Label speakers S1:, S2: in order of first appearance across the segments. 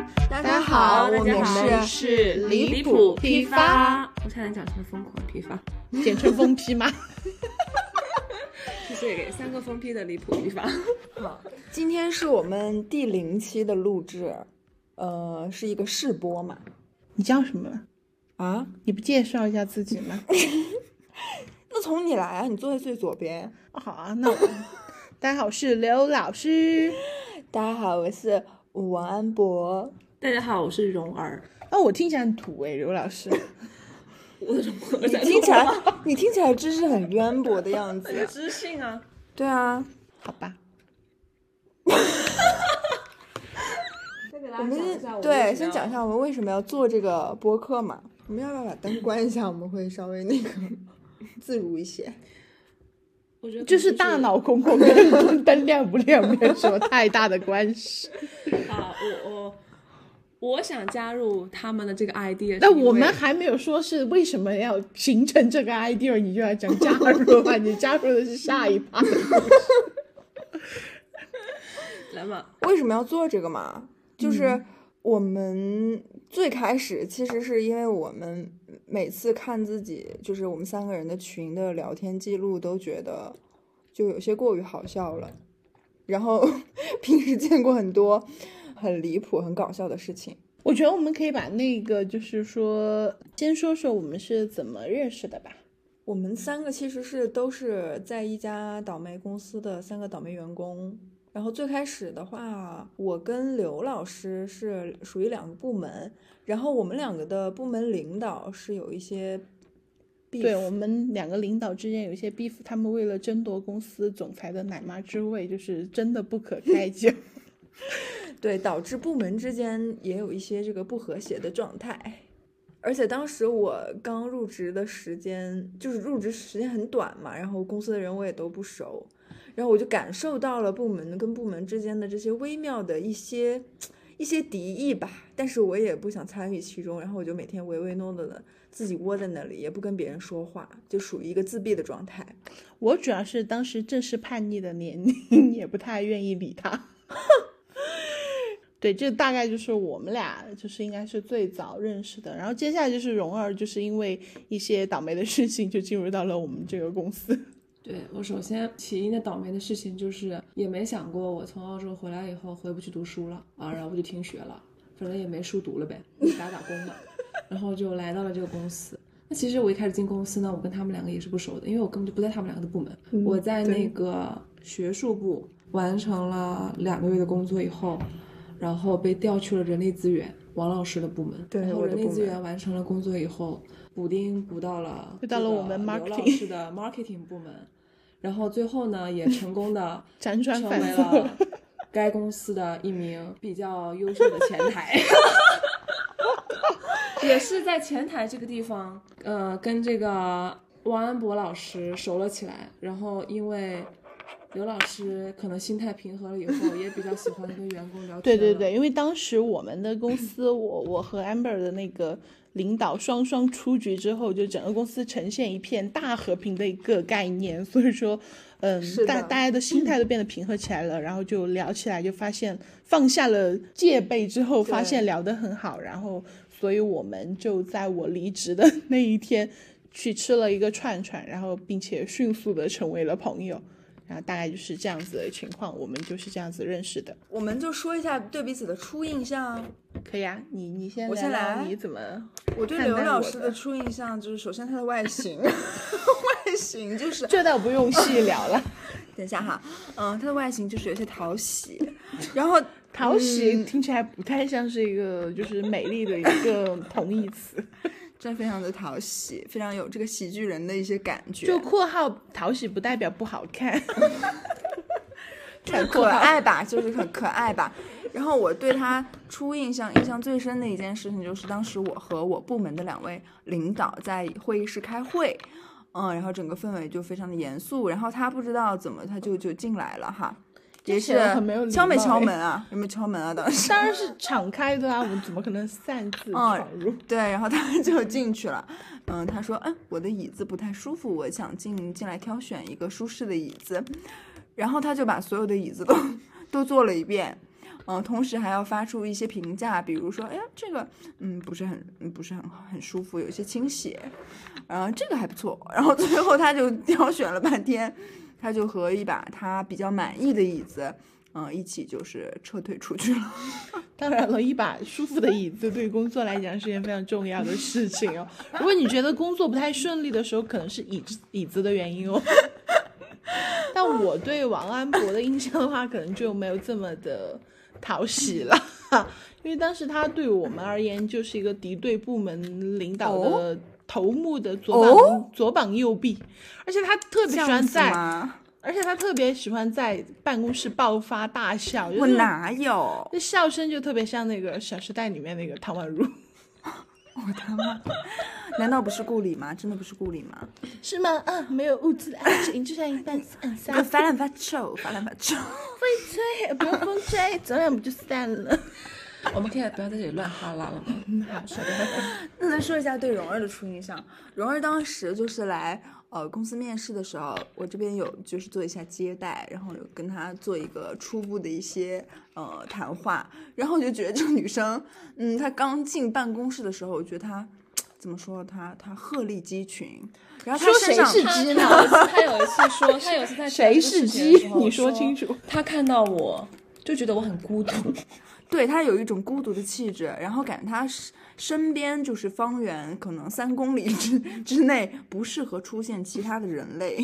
S1: 好，
S2: 大
S1: 我
S2: 家好
S1: 们
S2: 是
S1: 离
S2: 谱
S1: 批
S2: 发
S1: 发，
S2: 我差点讲成了疯狂批发，
S1: 简称疯批吗？
S2: 谢谢给三个疯批的离谱批发。
S3: 今天是我们第零期的录制，呃，是一个试播嘛？
S1: 你叫什么？
S3: 啊，
S1: 你不介绍一下自己 吗？
S3: 那从你来啊，你坐在最左边。
S1: 哦好啊，那我大家好，我是刘老师。
S3: 大家好，我是王安博。
S2: 大家好，我是蓉儿，
S1: 哦，我听起来很土哎，刘老师。
S2: 我的蓉儿
S3: 你
S2: 在
S3: 听起来， 你听起来知识很渊博的样子。
S2: 知性啊，
S3: 对啊，
S1: 好吧，
S3: 我们对，先讲一下我们为什么要做这个播客嘛？我们要不要把灯关一下？我们会稍微那个 自如一些。
S2: 我觉得
S1: 就是大脑空空跟灯亮不亮没有什么太大的关系。
S2: 啊，我我我想加入他们的这个 idea，
S1: 那
S2: 是因
S1: 我
S2: 为
S1: 们还没有说是为什么要形成这个 idea，你就要讲加入啊？你加入的是下一趴。
S2: 来嘛，
S3: 为什么要做这个嘛？就是我们最开始其实是因为我们每次看自己，就是我们三个人的群的聊天记录，都觉得就有些过于好笑了。然后 平时见过很多很离谱、很搞笑的事情。
S1: 我觉得我们可以把那个，就是说，先说说我们是怎么认识的吧。
S3: 我们三个其实是都是在一家倒霉公司的三个倒霉员工。然后最开始的话，我跟刘老师是属于两个部门，然后我们两个的部门领导是有一些
S1: 对我们两个领导之间有一些 beef，他们为了争夺公司总裁的奶妈之位，就是真的不可开交。
S3: 对导致部门之间也有一些这个不和谐的状态。而且当时我刚入职的时间，就是入职时间很短嘛，然后公司的人我也都不熟，然后我就感受到了部门跟部门之间的这些微妙的一些一些敌意吧，但是我也不想参与其中，然后我就每天唯唯诺诺的自己窝在那里，也不跟别人说话，就属于一个自闭的状态。
S1: 我主要是当时正是叛逆的年龄， 也不太愿意理他。 对，这大概就是我们俩就是应该是最早认识的，然后接下来就是蓉儿，就是因为一些倒霉的事情就进入到了我们这个公司。
S2: 对我首先起因的倒霉的事情就是，也没想过我从澳洲回来以后回不去读书了啊，然后我就停学了，反正也没书读了呗，打打工吧，然后就来到了这个公司。那其实我一开始进公司呢，我跟他们两个也是不熟的，因为我根本就不在他们两个的部门，我在那个学术部完成了两个月的工作以后，然后被调去了人力资源王老师的部门，
S3: 对
S2: 然后
S3: 我的
S2: 人力
S3: 部
S2: 资
S3: 门
S2: 源完成了工作以后，补丁补到了
S1: 又到了
S2: 这个
S1: 我们
S2: 刘
S1: marketing
S2: 老 师的 marketing 部门，然后最后呢，也成 功的
S1: 辗转
S2: 成
S1: 反
S2: 为
S1: 侧
S2: 了该公司的一名比较优秀的前台。 也是在前台这个地方，呃，跟这个王安博老师熟了起来。然后因为刘老师可能心态平和了以后，也比较喜欢跟员工聊天。
S1: 对对
S3: 嗯
S1: 对，，因为当时我们的公 司，我我和 Amber 的那个领导双双出局之后，就整个公司呈现一片大和平的一个概念，所以说，嗯，
S3: 是
S1: 大
S3: 的
S1: 大家的心态都变得平和起来了，然后就聊起来，就发现放下了戒备之后，发现聊得很好，然后，所以我们就在我离职的那一天去吃了一个串串，然后并且迅速的成为了朋友。然后大概就是这样子的情况，我们就是这样子认识的。
S3: 我们就说一下对彼此的初印象。
S1: 可以啊，你你先
S3: 我先
S1: 聊聊
S3: 来
S1: 你怎么？
S3: 我对
S1: 看
S3: 刘
S1: 待
S3: 老
S1: 我
S3: 师
S1: 的
S3: 的初印象就是，首先他的外 形，外形就是，
S1: 这倒不用细聊了。
S3: 等一下哈，嗯，他的外形就是有些讨喜，然后
S1: 讨
S3: 嗯
S1: 喜听起来不太像是一个就是美丽的一 个同义词，
S3: 真的非常的讨喜，非常有这个喜剧人的一些感觉，
S1: 就括号讨喜不代表不好 看。
S3: 很可爱吧，就是很可爱吧。然后我对他初印象印象最深的一件事情，就是当时我和我部门的两位领导在会议室开会，嗯，然后整个氛围就非常的严肃。然后他不知道怎么他就就进来了哈，也
S1: 这
S3: 是
S1: 显得很没有礼
S3: 敲没
S1: 貌
S3: 敲
S1: 哎
S3: 门啊？有没有敲门啊？当时。
S1: 当然是敞开的啊，我们怎么可能擅自
S3: 哦
S1: 闯入？
S3: 对，然后他就进去了。嗯，他说：“嗯，我的椅子不太舒服，我想进进来挑选一个舒适的椅子。”然后他就把所有的椅子都都坐了一遍。嗯、同时还要发出一些评价，比如说，哎呀，这个嗯不是很嗯不是很好很舒服，有一些倾斜，然后这个还不错，然后最后他就挑选了半天，他就和一把他比较满意的椅子。嗯，一起就是撤退出去了。
S1: 当然了，一把舒服的椅子对工作来讲是件非常重要的事情哦。如果你觉得工作不太顺利的时候，可能是椅子椅子的原因哦。 但我对王安博的印象的话，可能就没有这么的讨喜了， 因为当时他对我们而言就是一个敌对部门领导的头目的左膀、
S3: 哦
S1: 左膀右臂，而且他特别喜欢
S3: 子
S1: 在
S3: 吗？
S1: 而且他特别喜欢在办公室爆发大笑，就
S3: 我
S1: 是
S3: 哪有？
S1: 那笑声就特别像那个《小时代》里面那个唐宛如，
S3: 我他妈， 难道不是顾里吗？真的不是顾里吗？
S1: 是吗？啊，没有物质的爱情就像一瓣散沙
S3: 我发懒发臭，发懒发臭。
S1: 吹，不用风吹，早晚不就散了？
S2: 我们可以不要在这里乱哈拉了吗？
S3: 那再说一下对蓉儿的初印象。蓉儿当时就是来呃公司面试的时候，我这边有就是做一下接待，然后有跟她做一个初步的一些呃谈话，然后我就觉得这个女生，嗯，她刚进办公室的时候，我觉得她怎么说，她她鹤立鸡群，然后她
S1: 说
S3: 身
S1: 谁
S3: 上
S1: 是
S2: 他
S1: 鸡呢？
S2: 他有一次他有一次说，他有一次在讲 这
S1: 谁
S2: 个
S1: 是
S2: 事情的
S1: 鸡
S2: 时？候
S1: 你说清。楚。
S2: 他看到我就觉得我很孤独，
S3: 对他有一种孤独的气质，然后感觉他身身边就是方圆可能三公里之之内不适合出现其他的人类，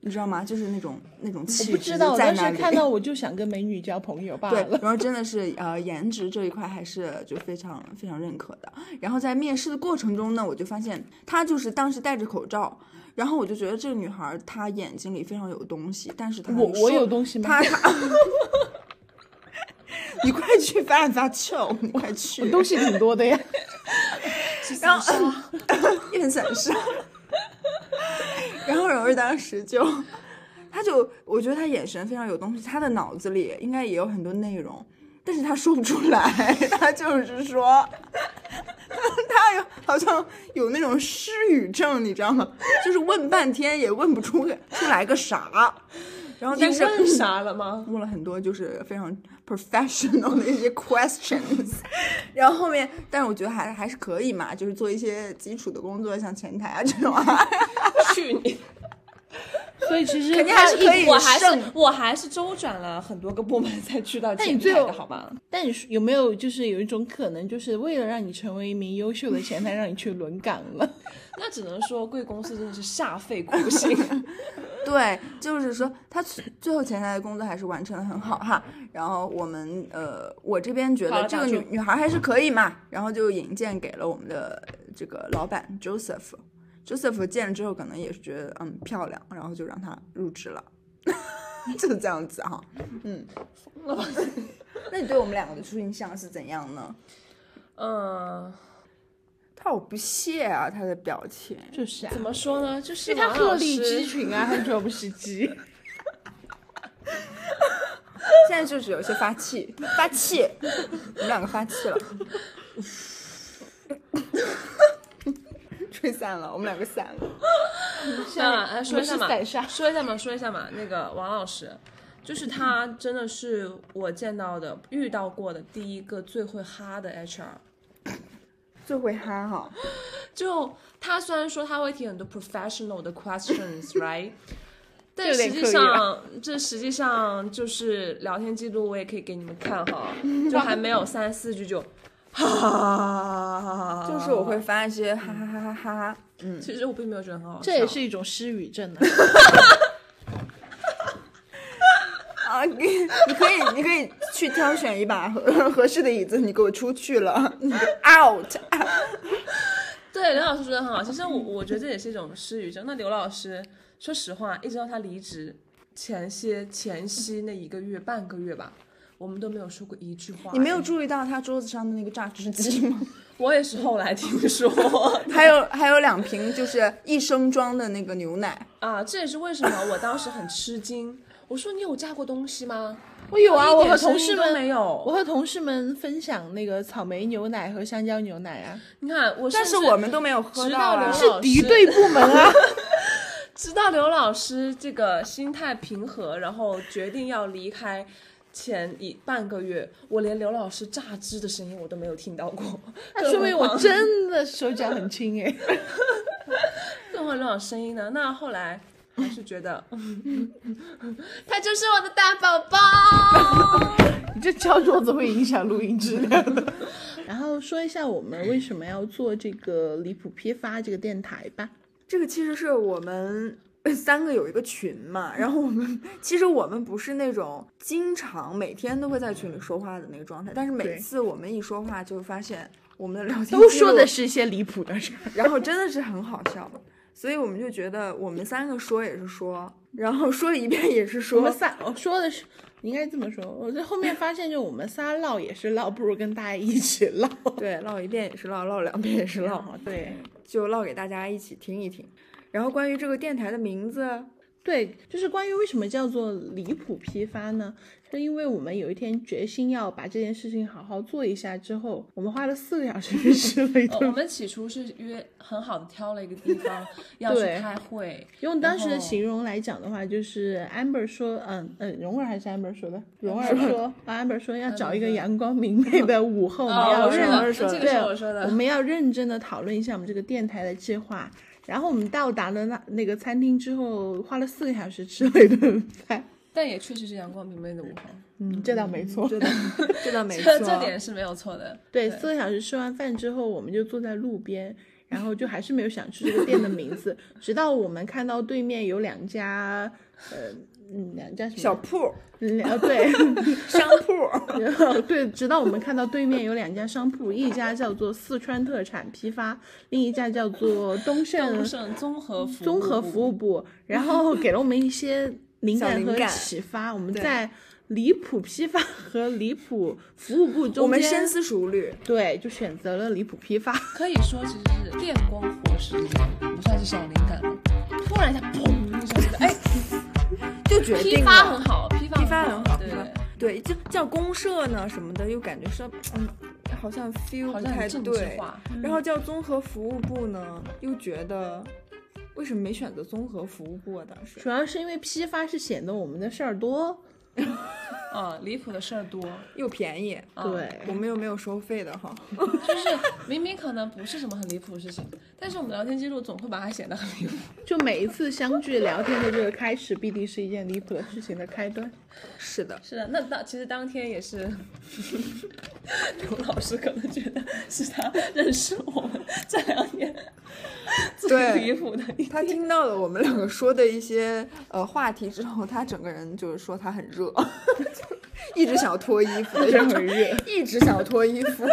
S3: 你知道吗？就是那种那种
S1: 我
S3: 气
S1: 不
S3: 质
S1: 知道，我
S3: 在
S1: 当时
S3: 那里。
S1: 看到我就想跟美女交朋友罢
S3: 对，
S1: 了。
S3: 然后真的是呃，颜值这一块还是就非常非常认可的。然后在面试的过程中呢，我就发现她就是当时戴着口罩，然后我就觉得这个女孩儿她眼睛里非常有东西，但是她
S1: 我
S3: 说
S1: 我有东西吗？
S3: 她她， 你快去发发臭，你快去，
S1: 我东西挺多的呀。
S3: 然后嗯一本散 沙，然后蓉儿当时就，他就我觉得他眼神非常有东西，他的脑子里应该也有很多内容，但是他说不出来， 他就是说，他有好像有那种失语症，你知道吗？就是问半天也问不出个出来个啥，然后 但是
S2: 啥了吗？
S3: 问了很多就是非常 professional 的一些 questions，然 后后面，但是我觉得还还是可以嘛，就是做一些基础的工作，像前台啊这种啊，
S2: 去你！
S1: 所以其实
S3: 肯定还是可以
S2: 我还是
S3: 胜
S2: 我还是周转了很多个部门才去到
S1: 那
S2: 前
S1: 你最
S2: 台的
S1: 后
S2: 好吗？
S1: 但你有没有就是有一种可能，就是为了让你成为一名优秀的前台，让你去轮岗了？
S2: 那只能说贵公司真的是煞费苦 心。
S3: 对，就是说他最最后前台的工作还是完成的很好哈。然后我们呃，我这边觉
S2: 好
S3: 得
S2: 了
S3: 这个
S2: 打
S3: 女
S2: 住
S3: 女孩还是可以嘛，然后就引荐给了我们的这个老板 Joseph。Joseph 见了之后，可能也是觉得嗯漂亮，然后就让她入职了， 就是这样子哈。嗯， 那你对我们两个的初印象是怎样呢？
S2: 嗯，
S3: 他好不屑啊，他的表情。
S1: 就是啊
S2: 怎，么说呢？就是
S1: 因为他
S2: 王
S1: 鹤
S2: 老
S1: 立鸡
S2: 师，
S1: 群啊，他说不是 鸡。
S3: 啊现在就是有些发气，发气，我们两个发气了， 吹散了，我们两个散了。
S2: 那来哎说一下
S1: 我们是散沙
S2: 嘛，说一下嘛，说一下嘛。那个王老师，就是他真的是我见到的、遇到过的第一个最会哈的 HR。
S3: 最会哈哈，
S2: 就他虽然说他会提很多 professional 的 questions，right？但
S1: 这有
S2: 实
S1: 点
S2: 际
S1: 刻意
S2: 上，这实际上就是聊天记录，我也可以给你们看哈，就还没有三四句就，哈哈
S1: 啊
S2: 哈哈哈，
S3: 就是我会，发一些哈哈哈哈哈。嗯，
S2: 其实我并没有觉得很好笑，
S1: 这也是一种失语症啊。
S3: 啊，你你可以，你可以去挑选一把合合适的椅子，你给我出去了，你给我 out。
S2: 对刘老师觉得很好。其实我我觉得这也是一种失语症。那刘老师，说实话，一直到他离职前些前夕那一个月半个月吧，我们都没有说过一句话。
S3: 你没有注意到他桌子上的那个榨汁机吗？
S2: 我也是后来听说。
S3: 还有还有两瓶就是一升装的那个牛奶。
S2: 啊，这也是为什么我当时很吃惊。我说你有炸过东西吗？
S1: 我 有啊，
S2: 一
S1: 我
S2: 点
S1: 和
S2: 声
S1: 同
S2: 音
S1: 事
S2: 都
S1: 们
S2: 没
S1: 我
S2: 有。
S1: 和同事们分享那个草莓牛奶和香蕉牛奶 啊，
S2: 你看，我
S3: 但是
S2: 甚至
S3: 我们都没有喝
S2: 直
S3: 到
S2: 到
S3: 啊
S2: 刘。
S1: 是
S2: 老
S1: 敌
S2: 师
S1: 对部门 啊。
S2: 直到刘老师这个心态平和，然后决定要离开前一半个月，我连刘老师榨汁的声音我都没有听到过，
S1: 那说明我真的手脚很轻 哎。
S2: 更何况声音呢？那后来还是觉得，嗯他就是我的大宝宝。
S1: 你这敲桌子会影响录音质量。 然后说一下我们为什么要做这个离谱批发这个电台吧。
S3: 这个其实是我们呃三个有一个群嘛，然后我们 其实我们不是那种经常每天都会在群里说话的那个状态，但是每
S1: 对
S3: 次我们一说话，就发现我们的聊天
S1: 都
S3: 记
S1: 说
S3: 录
S1: 的是一些离谱的事儿。
S3: 然后真的是很好笑，所以我们就觉得我们三个说也是说，然后说一遍也是
S1: 我们
S3: 说，
S1: 仨我说的是，你应该这么说。我在后面发现，就我们仨唠也是唠，不如跟大家一起唠。
S3: 对，唠一遍也是唠，唠两遍也是唠，
S1: 哦对啊
S3: 就唠给大家一起听一听。然后关于这个电台的名 字，
S1: 对，就是关于为什么叫做离谱批发呢？是因为我们有一天决心要把这件事情好好做一下之后，我们花了四个小时去 吃了一
S2: 呃 我
S1: 顿。
S2: 们起初是约很好的挑了一个地 方要去
S1: 对
S2: 开会，
S1: 用当时的
S2: 然后
S1: 形容来讲的话，就是 Amber 说，嗯嗯，蓉儿还是 Amber 说的，蓉儿说啊，Amber 说要找一个阳光明媚的午后，我们
S2: 嗯哦
S1: 要
S2: 我说
S1: 认
S2: 的
S1: 真
S2: 这个
S1: 对
S2: 是我说的
S1: 我们要认真的讨论一下我们这个电台的计划。然后我们到达了那那个餐厅之后，花了四个小时吃了一顿饭。
S2: 但也确实是阳光明媚的午后，
S1: 嗯，这倒没错。
S3: 这倒这倒没错
S2: 这，这点是没有错的。
S1: 对，
S2: 对
S1: 四个小时吃完饭之后，我们就坐在路边，然后就还是没有想出这个店的名字，直到我们看到对面有两家，呃，嗯，两家什么
S3: 小铺、
S1: 嗯呃，对，
S3: 商铺，
S1: 然后对，直到我们看到对面有两家商铺，一家叫做四川特产批发，另一家叫做东盛
S2: 东盛嗯综合服务
S1: 综合服务部，然后给了我们一些灵
S3: 小
S1: 感
S3: 灵
S1: 和
S3: 感
S1: 启发。我们
S3: 对
S1: 在离谱批发和离谱服务部中 间，
S3: 我们深思熟虑，
S1: 对，就选择了离谱批发。
S2: 可以说其实是电光火石之间，不算是小灵感了。突然一下，砰一下，觉得哎，
S3: 就决
S2: 批
S3: 定
S2: 发很
S3: 了。
S2: 好，批发
S3: 批发很好，
S2: 对
S3: 批发对，就叫公社呢什么的，又感觉是，嗯，好像 feel
S2: 好
S3: 不
S2: 像
S3: 太
S2: 很政治
S3: 对。
S2: 化。嗯
S3: 然后叫综合服务部呢，又觉得为什么没选择综合服务部啊？当时
S1: 主要是因为批发是显得我们的事儿多，
S2: 啊，离谱的事儿多。
S3: 又便宜，
S2: 啊、
S1: 对，
S3: 我们又没有收费的哈。
S2: 就是明明可能不是什么很离谱的事情，但是我们聊天记录总会把它显得很离谱。
S1: 就每一次相聚聊天的这个开始，必定是一件离谱的事情的开端。
S3: 是的，
S2: 是的，那当其实当天也是， 刘老师可能觉得是他认识我们这两 年最
S3: 对
S2: 离谱的一
S3: 他听到了我们两个说的一些呃话题之后，他整个人就是说他很热， 一直想要脱衣服的
S1: 真
S3: 样
S1: 很
S3: 子，
S1: 热，
S3: 一直想要脱衣服。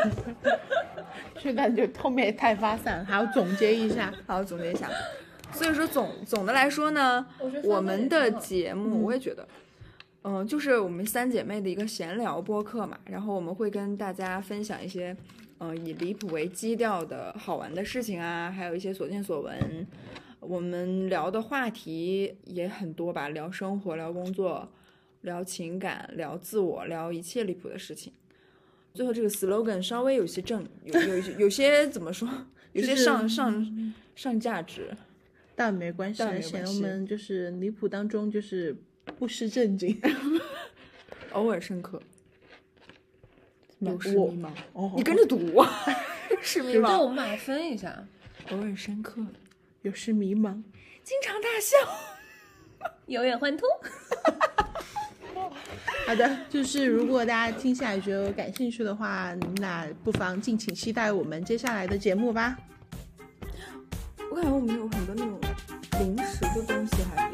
S1: 是但就后面太发散了。还要总结一下，
S3: 好，总结一下，所以说总总的来说呢，
S2: 我觉得
S3: 我们的
S1: 嗯
S2: 姐
S3: 节目，我也觉得，嗯、就是我们三姐妹的一个闲聊播客嘛，然后我们会跟大家分享一些，嗯、以离谱为基调的好玩的事情啊，还有一些所见所闻。我们聊的话题也很多吧，聊生活，聊工作，聊情感，聊自我，聊一切离谱的事情。最后这个 slogan 稍微有些正，有有有有些怎么说，有些
S1: 就是嗯
S3: 上上上价值。
S1: 但没关系
S3: 但没
S1: 的，
S3: 关
S1: 显得我
S3: 系
S1: 们就是离谱当中就是不失 正经。
S3: 偶尔深刻。有失
S1: 我
S3: 迷茫，
S1: 哦
S3: 你跟着读啊， 是迷
S2: 对我
S3: 茫。
S2: 们把它分一下，
S3: 偶尔深刻，
S1: 有失迷茫，
S3: 经常大笑。
S2: 有眼幻突。
S1: 好的，就是如果大家听下来觉得感兴趣的话，那不妨敬请期待我们接下来的节目吧。
S3: 我感觉我们有很多那种零食的东西还